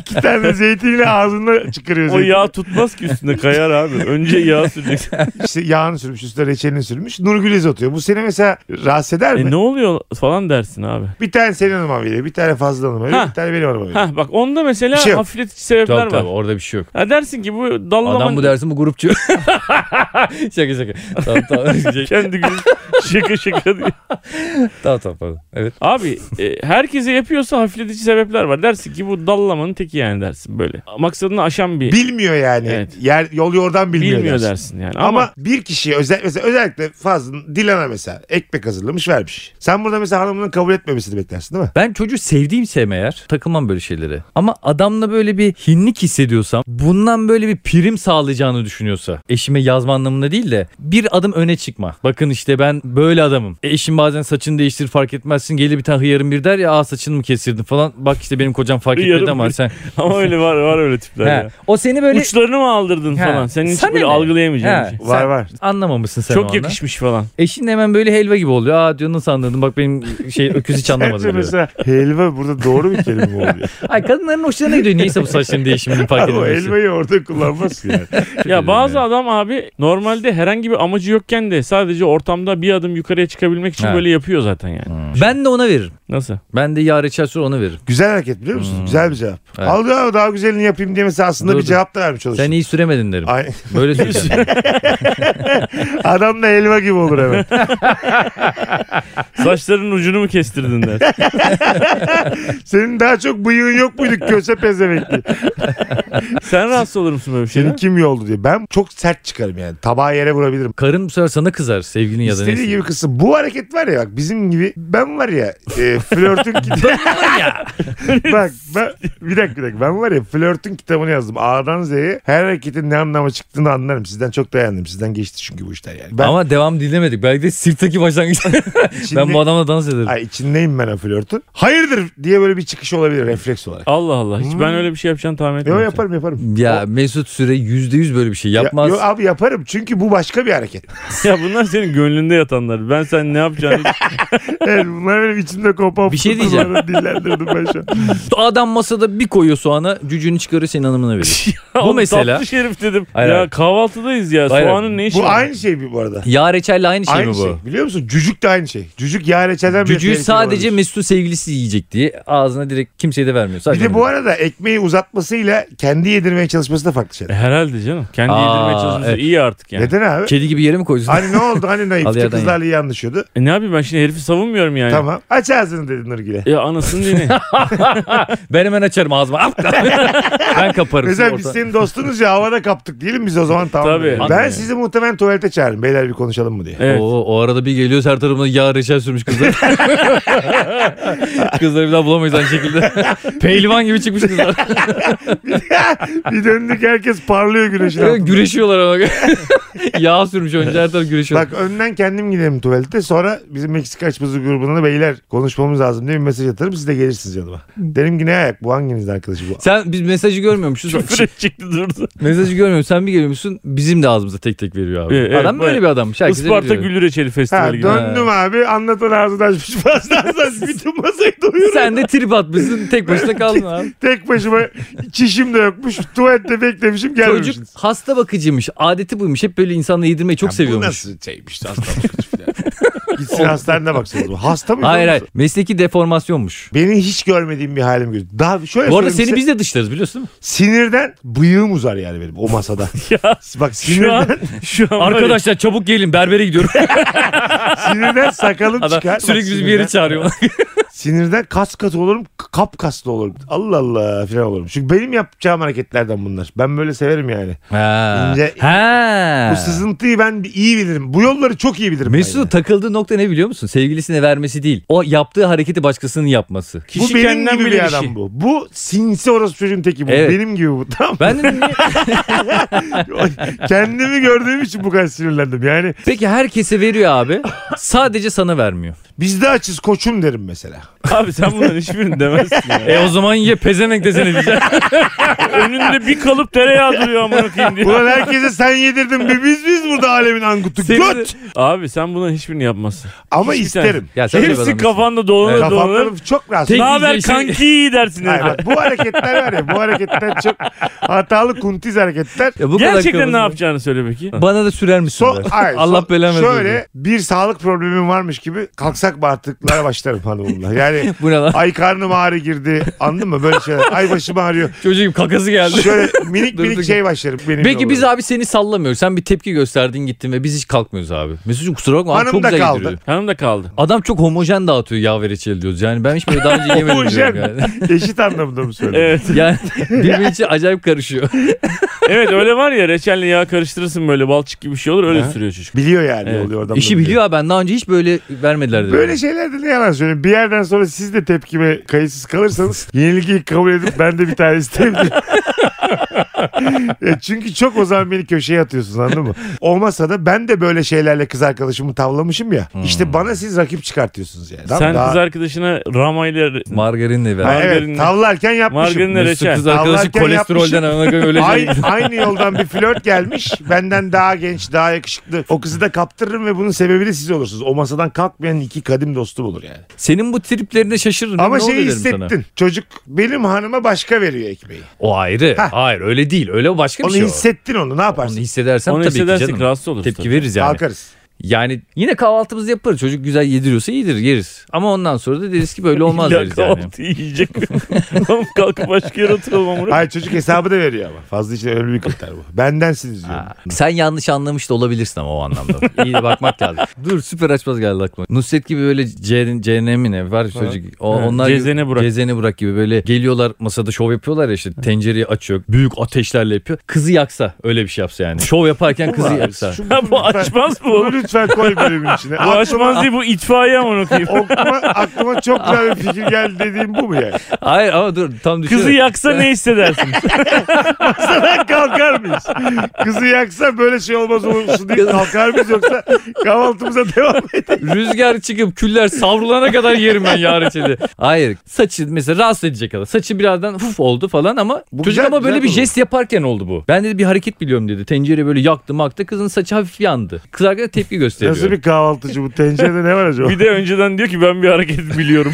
İki tane zeytinle ağzında çıkarıyor O zeytini. yağ tutmaz ki üstünde kayar abi. Önce yağ süreceksin. İşte yağını sürmüş üstüne reçelini sürmüş. Nurgül izletiyor. Bu seni mesela rahatsız eder mi? E ne oluyor falan dersin abi. Bir tane senin hanıma veriyor. Bir tane fazla hanıma veriyor. Ha. Bir tane benim hanıma veriyor. Ha bak onda mesela Bir şey yok. hafifletici sebepler Tabii var. tabii orada bir şey yok. Ha dersin ki bu Adam dallaman bu dersin bu grupçu. şaka şaka. Tamam tamam. kendi gülüş şaka şaka diyor. tamam tamam pardon. Evet. Abi e, herkese yapıyorsa hafifletici sebepler var. Dersin ki bu dallamanın teki yani dersin böyle. Maksadını aşan bir Bilmiyor yani. Evet. Yer, yol yordan bilmiyor, bilmiyor, dersin. dersin. yani. Ama, Ama, bir kişiye özel, mesela özellikle Fazlın Dilan'a mesela ekmek hazırlamış vermiş. Sen burada mesela hanımının kabul etmemesini beklersin değil mi? Ben çocuğu sevdiğimse eğer takılmam böyle şeylere. Ama adamla böyle bir hinlik hissediyorsam bundan böyle bir prim sağlayacağını düşünüyorsa eşime yazma anlamında değil de bir adım öne çıkma. Bakın işte ben böyle adamım. E, eşim bazen saçını değiştir fark etmezsin. Gelir bir tane hıyarın bir der ya aa saçını mı kesirdin falan. Bak işte benim kocam fark Hıyarın etmedi ama bir. sen. Ama öyle var var öyle tipler He. ya. O seni böyle Uçlarını mı aldırdın He. falan. Senin hiç Sana böyle ne? algılayamayacağın bir He, şey. Var sen var. anlamamışsın sen o Çok anda. yakışmış falan. Eşin hemen böyle helva gibi oluyor. Aa diyor nasıl anladın bak benim şey öküz hiç anlamadı. Bence diyor. mesela helva burada doğru bir kelime oluyor. Ay kadınların hoşlarına gidiyor. Neyse bu saçların değişimini fark Abi o edemezsin. helvayı orada kullanmazsın yani. Ya ederim bazı ya. adam abi normalde herhangi bir amacı yokken de sadece ortamda bir adım yukarıya çıkabilmek için He. böyle yapıyor zaten yani. Ben de ona veririm. Nasıl? Ben de yar içer sonra ona veririm. Güzel hareket biliyor musun? Güzel bir cevap. Hmm. Evet. Al ya, daha güzelini yapayım diye mesela aslında Dur, bir dur. cevap da vermiş olursun. Sen iyi süremedin derim. Ay, Böyle söyleyeceğim. adam da helva gibi olur hemen. Saçlarının ucunu mu kestirdin der. Senin daha çok bıyığın yok muydu köse pezemekli? Sen rahatsız olur musun böyle bir Senin şeyden? kim yoldu diye. Ben çok sert çıkarım yani. Tabağı yere vurabilirim. Karın bu sefer sana kızar sevgilin ya da neyse. İstediği gibi kısım. Bu hareket var ya bak bizim gibi ben var ya e, flörtün kitabı bak ben, bir dakika bir dakika ben var ya flörtün kitabını yazdım A'dan Z'ye her hareketin ne anlama çıktığını anlarım sizden çok dayandım sizden geçti çünkü bu işler yani ben, Ama devam dinlemedik. Belki de sirtteki başlangıç. içinde- ben bu adamla dans ederim. Ay, içindeyim ben o flörtün hayırdır diye böyle bir çıkış olabilir refleks olarak Allah Allah. Hiç Hmm. ben öyle bir şey yapacağını tahmin yo etmiyorum. yaparım yaparım Ya Mesut Süre %100 böyle bir şey Ya- yapmaz. yo, abi yaparım çünkü bu başka bir hareket. Ya bunlar senin gönlünde yatanlar. Ben sen ne yapacağını Evet bunlar benim içimde kopan Bir şey fıtıkları diyeceğim. şey Dillendirdim ben şu an. Adam masada bir koyuyor soğana cücüğünü çıkarıyor senin hanımına verir. Bu Oğlum mesela- Tatlı şerif dedim. Hayır, ya hayır. kahvaltıdayız ya. Hayır, Soğanın ne işi Bu var? aynı şey mi bu arada? Yağ reçelle aynı şey aynı mi bu? şey. Biliyor musun? Cücük de aynı şey. Cücük yağ reçelden bile Cücüğü tehlikeli sadece olabilir. Mesut'un sevgilisi yiyecek diye ağzına direkt kimseye de vermiyor. Sadece hani Bir de ona bu veriyor. arada ekmeği uzatmasıyla kendi yedirmeye çalışması da farklı E, şeyler. Herhalde canım. Kendi Aa, yedirmeye çalışması evet. iyi artık yani. Neden abi? Kedi gibi yere mi koyuyorsun? Hani ne oldu? Hani Al naif yerden kızlarla iyi anlaşıyordu. E, ne yapayım ben şimdi herifi savunmuyorum yani. Tamam. Aç ağzını dedi Nurgül'e. Ya anasını dini. Ben hemen açarım ağzımı. Ap! ben kaparım. Mesela şey- Orta- biz senin dostunuz ya havada kaptık diyelim biz o zaman tamam. Tabii. dedim. Ben Anladım. sizi muhtemelen tuvalete çağırırım. Beyler bir konuşalım mı diye. Evet. Oo, o arada bir geliyoruz her tarafına yağ reçel sürmüş kızlar. kızları bir daha bulamayız aynı şekilde. Pehlivan gibi çıkmış kızlar. bir döndük herkes parlıyor güneşin altında. Güreşiyorlar ama. yağ sürmüş önce her taraf güreşiyor. Bak önden kendim gidelim tuvalete. Sonra bizim Meksika açmazı grubuna da beyler konuşmamız lazım diye bir mesaj atarım. Siz de gelirsiniz yanıma. Derim ki ne ayak bu hanginizin arkadaşı bu? Sen biz mesajı görmüyormuşuz. Küfür çıktı durdu. mesajı görmüyorum. Sen bir geliyormuşsun bizim de ağzımıza tek tek veriyor E, abi. Ee, evet, Adam böyle böyle. bir adammış. Herkese Isparta veriyor. Gül Reçeli Ha, Festivali gibi. döndüm abi anlatan ağzını açmış fazla açmış. bütün masayı doyuruyor. Sen de trip atmışsın tek başına kaldın abi. Tek başıma çişim de yokmuş. Tuvalette beklemişim gelmemişim. Çocuk hasta bakıcıymış. Adeti buymuş. Hep böyle insanla yedirmeyi çok seviyormuş. Bu nasıl şeymiş hastalık Gitsin hastanede baksın. Hasta mı? Hayır hayır. Mesleki deformasyonmuş. Beni hiç görmediğim bir halim gözü. Daha şöyle Bu arada söyleyeyim size, seni biz de dışlarız biliyorsun değil mi? sinirden bıyığım uzar yani benim o masada. Ya Bak şu an, sinirden, şu an var ya- Arkadaşlar çabuk gelin berbere gidiyorum. sinirden sakalım Adam çıkar. Bak sürekli bizi bir sinirden- yere çağırıyor. Sinirden kas kat olurum, kap kaslı olurum. Allah Allah filan olurum. Çünkü benim yapacağım hareketlerden bunlar. Ben böyle severim yani. ha. İnce- ha. Bu sızıntıyı ben bir iyi bilirim. Bu yolları çok iyi bilirim. ben Mesut'un yani. takıldığı nokta ne biliyor musun? Sevgilisine vermesi değil. O yaptığı hareketi başkasının yapması. bu Kişi benim kendinden gibi bile bir bir şey. adam bu. Bu sinsi orası çocuğun teki bu. Evet. Benim gibi bu. Tamam. Ben de niye- Kendimi gördüğüm için bu kadar sinirlendim. Yani Peki herkese veriyor abi. Sadece sana vermiyor. biz de açız koçum derim mesela. Abi sen bunların hiçbirini demezsin ya. E o zaman ye pezemek desene diyecek. Önünde bir kalıp tereyağı duruyor amına koyayım diye. Ulan herkese sen yedirdin. Bir biz biz burada alemin angutu. Senin- Göt. Abi sen bunların hiçbirini yapmazsın. Ama Hiçbir isterim. Ya sen de bir Hepsi adamsın. kafanda dolanır dolanır. Kafamlarım çok rahatsız. Ne Tek- haber Şey- kanki dersin. Hayır, herif. bak, bu hareketler var ya bu hareketler çok hatalı kuntiz hareketler. Ya bu kadar Gerçekten kıvırcık. ne yapacağını söyle peki. Bana da sürer misin? Son, der. hayır, son- Allah belamı Şöyle versin. bir sağlık problemim varmış gibi kalksak bağırtıklara başlarım hanımımla. Yani Bu ne lan? ay karnım ağrı girdi anladın mı böyle şeyler. Ay başım ağrıyor. Çocuğum kakası geldi. Şöyle minik Durduk. minik şey başlarım. Benim Peki biz abi seni sallamıyoruz. Sen bir tepki gösterdin gittin ve biz hiç kalkmıyoruz abi. Mesut'cum kusura bakma abi Hanım çok da güzel kaldı. yediriyor. Hanım da kaldı. Adam çok homojen dağıtıyor yağ ve reçeli diyoruz. Yani ben hiç böyle daha önce yemedim diyorum yani. Eşit anlamında mı söyledim? Evet. Yani birbiri için acayip karışıyor. evet öyle var ya reçelle yağ karıştırırsın böyle balçık gibi bir şey olur öyle Ha? sürüyor çocuk. Biliyor yani Evet. oluyor adam. da İşi biliyor abi. Ben daha önce hiç böyle vermediler dedi. Böyle şeylerde ne yalan söyleyeyim. Bir yerden sonra siz de tepkime kayıtsız kalırsanız yenilgiyi kabul edip ben de bir tane isterim. E Çünkü çok o zaman beni köşeye atıyorsun anladın mı? Olmasa da ben de böyle şeylerle kız arkadaşımı tavlamışım ya. İşte bana siz rakip çıkartıyorsunuz yani. Tamam, Hmm. Sen daha- kız arkadaşına rama ile Margarinle Ha, ver. Margarinle- evet, tavlarken yapmışım. margarinle Mesut reçel. kız arkadaşı Allah'ken kolesterolden ana koyayım, öyle şey. Aynı, aynı yoldan bir flört gelmiş. Benden daha genç, daha yakışıklı. O kızı da kaptırırım ve bunun sebebi de siz olursunuz. O masadan kalkmayan iki kadim dostum olur yani. Senin bu triplerine şaşırırım. Ama şey ne şeyi oluyor derim sana. hissettin. Çocuk benim hanıma başka veriyor ekmeği. O ayrı. Hayır öyle değil. Öyle başka bir Onu şey o. hissettin onu. Ne Onu yaparsın? hissedersem Onu tabii ki hissedersek canım. rahatsız oluruz Tepki tabii. veririz yani. Kalkarız. Yani yine kahvaltımızı yaparız. Çocuk güzel yediriyorsa iyidir yeriz. Ama ondan sonra da deriz ki böyle olmaz İlla deriz yani. kahvaltı yiyecek. Tamam kalkıp başka yere oturalım amına. Hayır çocuk hesabı da veriyor ama. Fazla işte öyle bir kriter bu. Bendensiniz diyor. Ha, Sen yanlış anlamış da olabilirsin ama o anlamda. İyi de bakmak lazım. Dur süper açmaz geldi aklıma. Nusret gibi böyle C- CNM mi ne var çocuk. O, Ha, onlar Cezene gibi, Burak. Cezene Burak gibi böyle geliyorlar masada şov yapıyorlar ya işte tencereyi açıyor. Büyük ateşlerle yapıyor. Kızı yaksa öyle bir şey yapsa yani. Şov yaparken kızı Abi, yaksa. şu- Ha, bu açmaz mı Bunu oğlum? lütfen koy bölümün içine. Bu açmaz aklıma, değil bu itfaiye amına koyayım. aklıma, aklıma çok güzel bir fikir geldi dediğim bu mu yani? Hayır ama dur tam düşün. Kızı yaksa ne hissedersin? Masadan kalkar mıyız? Kızı yaksa böyle şey olmaz olursun diye kalkar mıyız yoksa kahvaltımıza devam edelim. Rüzgar çıkıp küller savrulana kadar yerim ben yarın içinde. Hayır. Saçı mesela rahatsız edecek kadar. Saçı birazdan huf oldu falan ama Bu çocuk güzel- ama böyle güzel bir olur. jest yaparken oldu bu. Ben dedi bir hareket biliyorum dedi. Tencere böyle yaktı maktı kızın saçı hafif yandı. Kız arkadaş tepki gösteriyor. Nasıl bir kahvaltıcı bu? Tencerede ne var acaba? bir de önceden diyor ki ben bir hareket biliyorum.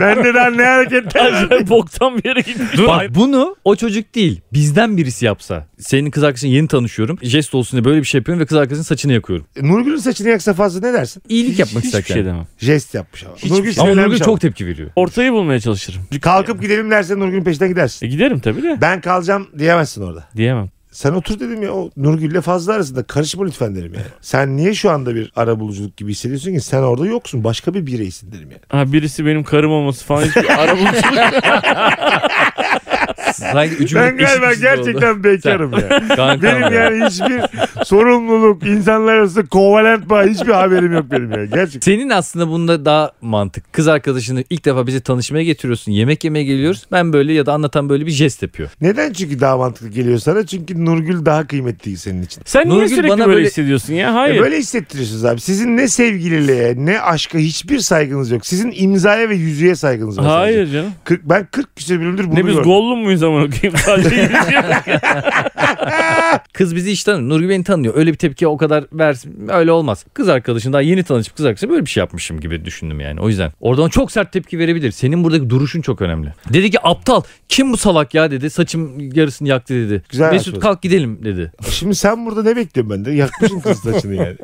ben de daha ne hareketler Acayip Boktan bir yere gidiyor. Bak bunu o çocuk değil bizden birisi yapsa. Senin kız arkadaşın yeni tanışıyorum. Jest olsun diye böyle bir şey yapıyorum ve kız arkadaşın saçını yakıyorum. Nurgül'ün saçını yaksa fazla ne dersin? İyilik yapmak Hiçbir isterken. şey demem. Jest yapmış ama. Nurgül ama sinirlenmiş Nurgül ama. çok tepki veriyor. Ortayı bulmaya çalışırım. Kalkıp gidelim dersen Nurgül'ün peşinden gidersin. E giderim tabii de. Ben kalacağım diyemezsin orada. Diyemem. Sen otur dedim ya o Nurgül'le fazla arasında karışma lütfen derim yani. Sen niye şu anda bir ara buluculuk gibi hissediyorsun ki sen orada yoksun başka bir bireysin derim yani. Ha birisi benim karım olması falan hiçbir ara buluculuk- Sanki üçümüz Ben galiba eşitmişiz orada. gerçekten bekarım ya. Kankam Benim ya. yani hiçbir sorumluluk, insanlar arasında kovalent bağ hiçbir haberim yok benim ya. Gerçekten. Senin aslında bunda daha mantık. Kız arkadaşını ilk defa bizi tanışmaya getiriyorsun. Yemek yemeye geliyoruz. Ben böyle ya da anlatan böyle bir jest yapıyor. Neden çünkü daha mantıklı geliyor sana? Çünkü Nurgül daha kıymetli senin için. Sen niye Nurgül sürekli bana böyle, böyle- hissediyorsun ya? E Hayır. Böyle hissettiriyorsunuz abi. Sizin ne sevgililiğe ne aşka hiçbir saygınız yok. Sizin imzaya ve yüzüğe saygınız var. Hayır sadece. canım. 40, ben 40 küsur bölümdür bunu Ne biz gördüm. gollu muyuz amına koyayım? Sadece yürüyeceğiz. Kız bizi hiç tanımıyor. Nurgül beni tanıyor. Öyle bir tepki o kadar versin. Öyle olmaz. Kız arkadaşın daha yeni tanışıp kız arkadaşına böyle bir şey yapmışım gibi düşündüm yani. O yüzden oradan çok sert tepki verebilir. Senin buradaki duruşun çok önemli. Dedi ki aptal kim bu salak ya dedi. Saçım yarısını yaktı dedi. Güzel Mesut açmış. kalk gidelim dedi. Şimdi sen burada ne bekliyorsun benden? Yakmışsın kız saçını yani.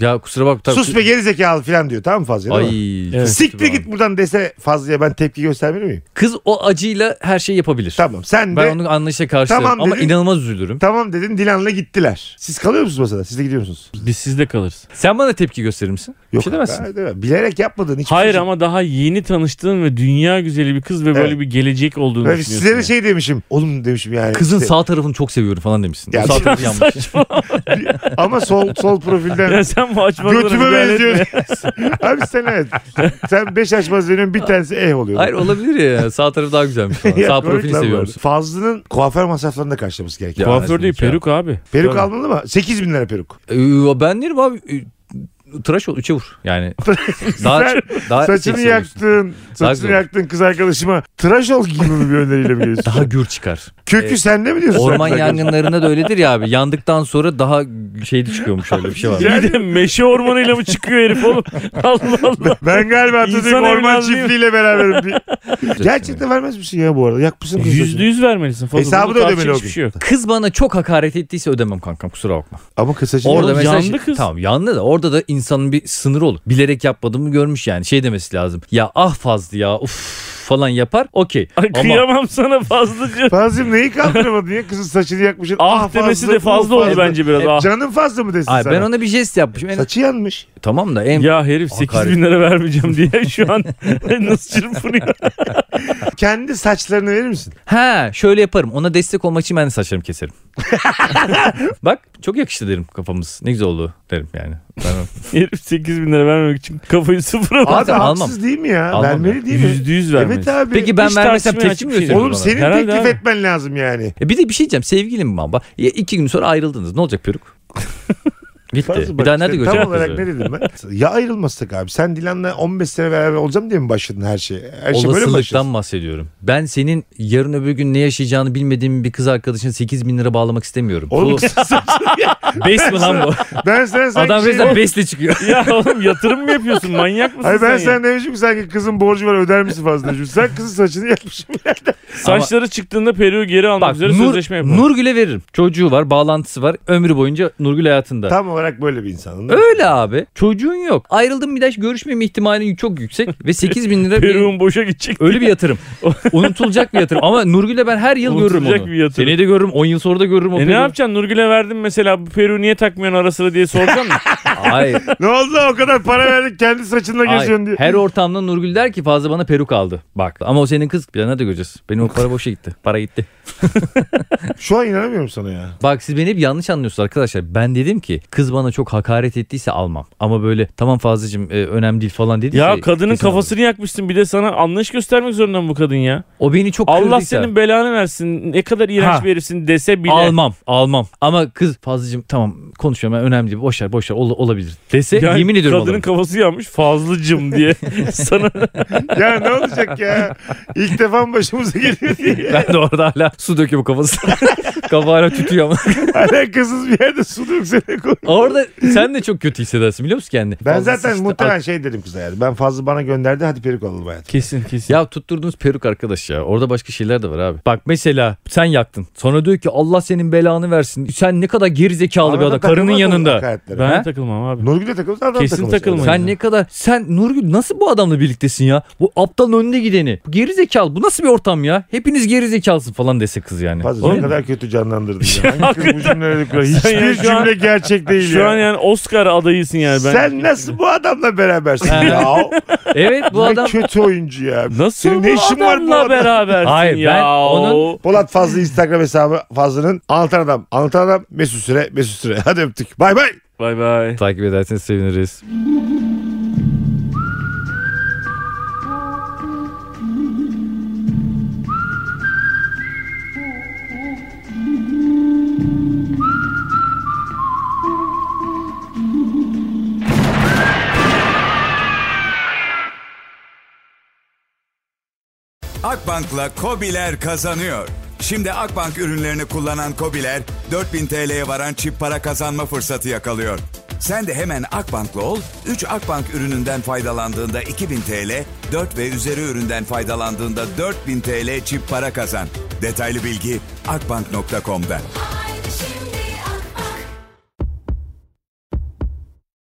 Ya kusura bak. tabii- Sus be gerizekalı falan diyor tamam mı Fazlı? değil mi? Ay. Evet. Siktir git buradan dese Fazlı'ya ben tepki göstermeli miyim? Kız o acıyla her şeyi yapabilir. Tamam sen de Ben onu anlayışla karşılarım Tamam ama dedi. inanılmaz üzülürüm. tamam dedin Dilan'la gittiler. Siz kalıyor musunuz masada? Siz de gidiyor musunuz? Biz sizde kalırız. Sen bana tepki gösterir misin? bir şey abi, demezsin. hayır demem. Bilerek yapmadığın hiçbir Hayır şey. ama daha yeni tanıştığın ve dünya güzeli bir kız ve böyle Evet. bir gelecek olduğunu Ben düşünüyorsun. size de yani. şey demişim. Oğlum demişim yani. Kızın işte- sağ tarafını çok seviyorum falan demişsin. şey- Ya O sağ bir- tarafı yanmış. Ama sol sol profilden. Ya sen bu açmalara Götüme müdahale etme. benziyor. Abi sen evet. Sen beş açmaz veriyorsun bir tanesi eh oluyor. Hayır olabilir ya. Sağ tarafı daha güzelmiş falan. Ya, sağ komik profili lan bu seviyorum. arada. Fazlı'nın kuaför masraflarını da karşılaması gerekiyor. Ya, Kuaför değil ya. peruk abi. Peruk almalı mı? 8 bin lira peruk. Ee, ben derim abi e, tıraş ol üçe vur. Yani daha, Sen daha saçını seksi olursun. yaktın. Saçını güzel. yaktın kız arkadaşıma. Tıraş ol gibi bir öneriyle mi geliyorsun? Daha gür çıkar. Kökü sende mi diyorsun? Orman sen? yangınlarında da öyledir ya abi. Yandıktan sonra daha şey çıkıyormuş öyle bir şey var. Yani- Bir de meşe ormanıyla mı çıkıyor herif oğlum? Allah Allah. Ben galiba Atatürk İnsan orman evladı değil mi? çiftliğiyle beraberim. Bir- Gerçekten vermez misin ya bu arada? Yakmışsın kız Yüzde saçını. yüz vermelisin. Fazla. Hesabı Bunun da tartışacak ödemeli o hiçbir şey yok. Kız bana çok hakaret ettiyse ödemem kankam kusura bakma. Ama kız saçını Orada Oğlum mesela yandı şey- kız. Tamam yandı da orada da insanın bir sınırı olur. Bilerek yapmadığımı görmüş yani. Şey demesi lazım. Ya ah fazla ya uf falan yapar. Okey. Ay, Ama kıyamam sana fazlaca. Fazlım neyi kaldıramadın ya? Kızın saçını yakmışsın. Ah, demesi fazla, de fazla uh, oldu bence biraz. Ah. Canın fazla mı desin Ay, sana? ben ona bir jest yapmışım. En- Saçı yanmış. Tamam da en Ya herif 8 Hakaret. bin lira vermeyeceğim diye şu an nasıl çırpınıyor. Kendi saçlarını verir misin? ha şöyle yaparım. Ona destek olmak için ben de saçlarımı keserim. Bak çok yakıştı derim kafamız. Ne güzel oldu derim yani. Vermem. Herif 8 bin lira vermemek için kafayı sıfıra bak. Abi Zaten haksız almam. değil mi ya? Almam Vermeli ya. değil mi? Yüzde yüz vermeli. Evet abi. Peki ben Hiç vermesem tartışmaya tepki açık mi bir şey gösteririm Oğlum bana? senin Herhalde teklif abi. etmen lazım yani. E bir de bir şey diyeceğim. Sevgilim ben bak. Ya iki gün sonra ayrıldınız. Ne olacak peruk? Bitti. Fazla Bir bak daha işte, nerede Tam göreceğim? olarak ne dedim ben? ya ayrılmazsak abi. Sen Dilan'la 15 sene beraber olacağım diye mi başladın her şeye? Her şey böyle mi başladı? Olasılıktan bahsediyorum. Ben senin yarın öbür gün ne yaşayacağını bilmediğim bir kız arkadaşına 8 bin lira bağlamak istemiyorum. Oğlum Bu bes mi lan bu? ben sen sanki Adam şey- resmen besle çıkıyor. Ya oğlum yatırım mı yapıyorsun? Manyak mısın Hayır ben sen ya? sen demişim ki sanki kızın borcu var öder misin fazla? demişim. Sen kızın saçını yakmışım. Saçları çıktığında peruğu geri almak Bak üzere Nur, sözleşme yapalım. Nurgül'e veririm. Çocuğu var, bağlantısı var. Ömrü boyunca Nurgül hayatında. Tam olarak böyle bir insanım. Öyle abi. Çocuğun yok. Ayrıldım bir daha hiç görüşmeme ihtimalin çok yüksek. Ve 8 bin lira bir, Peruğun boşa gidecek. öyle bir yatırım. Unutulacak bir yatırım. Ama Nurgül'e ben her yıl görürüm Unutulacak onu. bir yatırım. Seneye de görürüm. 10 yıl sonra da görürüm. O E ne peruğu. yapacaksın? Nurgül'e verdin mesela bu peruğu niye takmıyorsun ara sıra diye soracağım mı? Hayır. ne oldu o kadar para verdik kendi saçınla geziyorsun diye. Hayır. Her ortamda Nurgül der ki fazla bana peruk aldı. Bak ama o senin kız bir daha nerede göreceğiz? Benim o para boşa gitti. Para gitti. Şu an inanamıyorum sana ya. Bak siz beni hep yanlış anlıyorsunuz arkadaşlar. Ben dedim ki kız bana çok hakaret ettiyse almam. Ama böyle tamam Fazlıcığım e, önemli değil falan dediyse. ya kadının Şey, kesin alırım. kafasını yakmışsın bir de sana anlayış göstermek zorunda mı bu kadın ya? O beni çok Allah kırdıysa- senin belanı versin ne kadar iğrenç Ha. bir herifsin dese bile. Almam almam ama kız Fazlıcığım tamam konuşuyorum ben önemli değil boşver boşver ol- olabilir dese Yani yemin ediyorum Kadının alırım. kafası yanmış fazlıcım diye sana Ya ne olacak ya? İlk defa mı başımıza geliyor diye. Ben de orada hala su döküyor bu kafasına. Kafa hala tütüyor ama. Alakasız bir yerde su döksene koy. orada sen de çok kötü hissedersin biliyor musun kendini? Ben Fazla zaten sıçtı, muhtemelen şey dedim kıza yani. Ben fazla bana gönderdi hadi perik alalım hayatım. kesin kesin. Ya tutturduğunuz peruk arkadaş ya. Orada başka şeyler de var abi. Bak mesela sen yaktın. Sonra diyor ki Allah senin belanı versin. Sen ne kadar gerizekalı bir Arada adam. Karının takılmaz onun yanında. hakaretleri. ben He? takılmam abi. Nurgül'e takılmış adam Kesin takılmış. takılmış. Sen ne kadar sen Nurgül nasıl bu adamla birliktesin ya? Bu aptalın önüne gideni. Bu gerizekalı bu nasıl bir ortam ya? Hepiniz gerizekalısın falan dese kız yani. Fazla ne Oğlum, kadar kötü canlandırdın ya. Hangi kız bu cümleleri kurar? Sen ya Hiçbir şu an- cümle gerçek değil Şu ya. an yani Oscar adayısın yani ben. Sen nasıl bu adamla berabersin ya? Evet bu ne adam kötü oyuncu ya. Nasıl Senin ne bu işin var bu adamla adam? berabersin Hayır, ya? ben onun- Polat Fazlı Instagram hesabı Fazlı'nın anlatan adam. Anlatan adam Mesut Süre Mesut Süre. Hadi öptük. Bay bay. Bay bay. takip ederseniz seviniriz. Akbank'la Kobiler kazanıyor. Şimdi Akbank ürünlerini kullanan Kobiler 4000 TL'ye varan çip para kazanma fırsatı yakalıyor. Sen de hemen Akbank'la ol, 3 Akbank ürününden faydalandığında 2000 TL, 4 ve üzeri üründen faydalandığında 4000 TL çip para kazan. Detaylı bilgi akbank.com'da.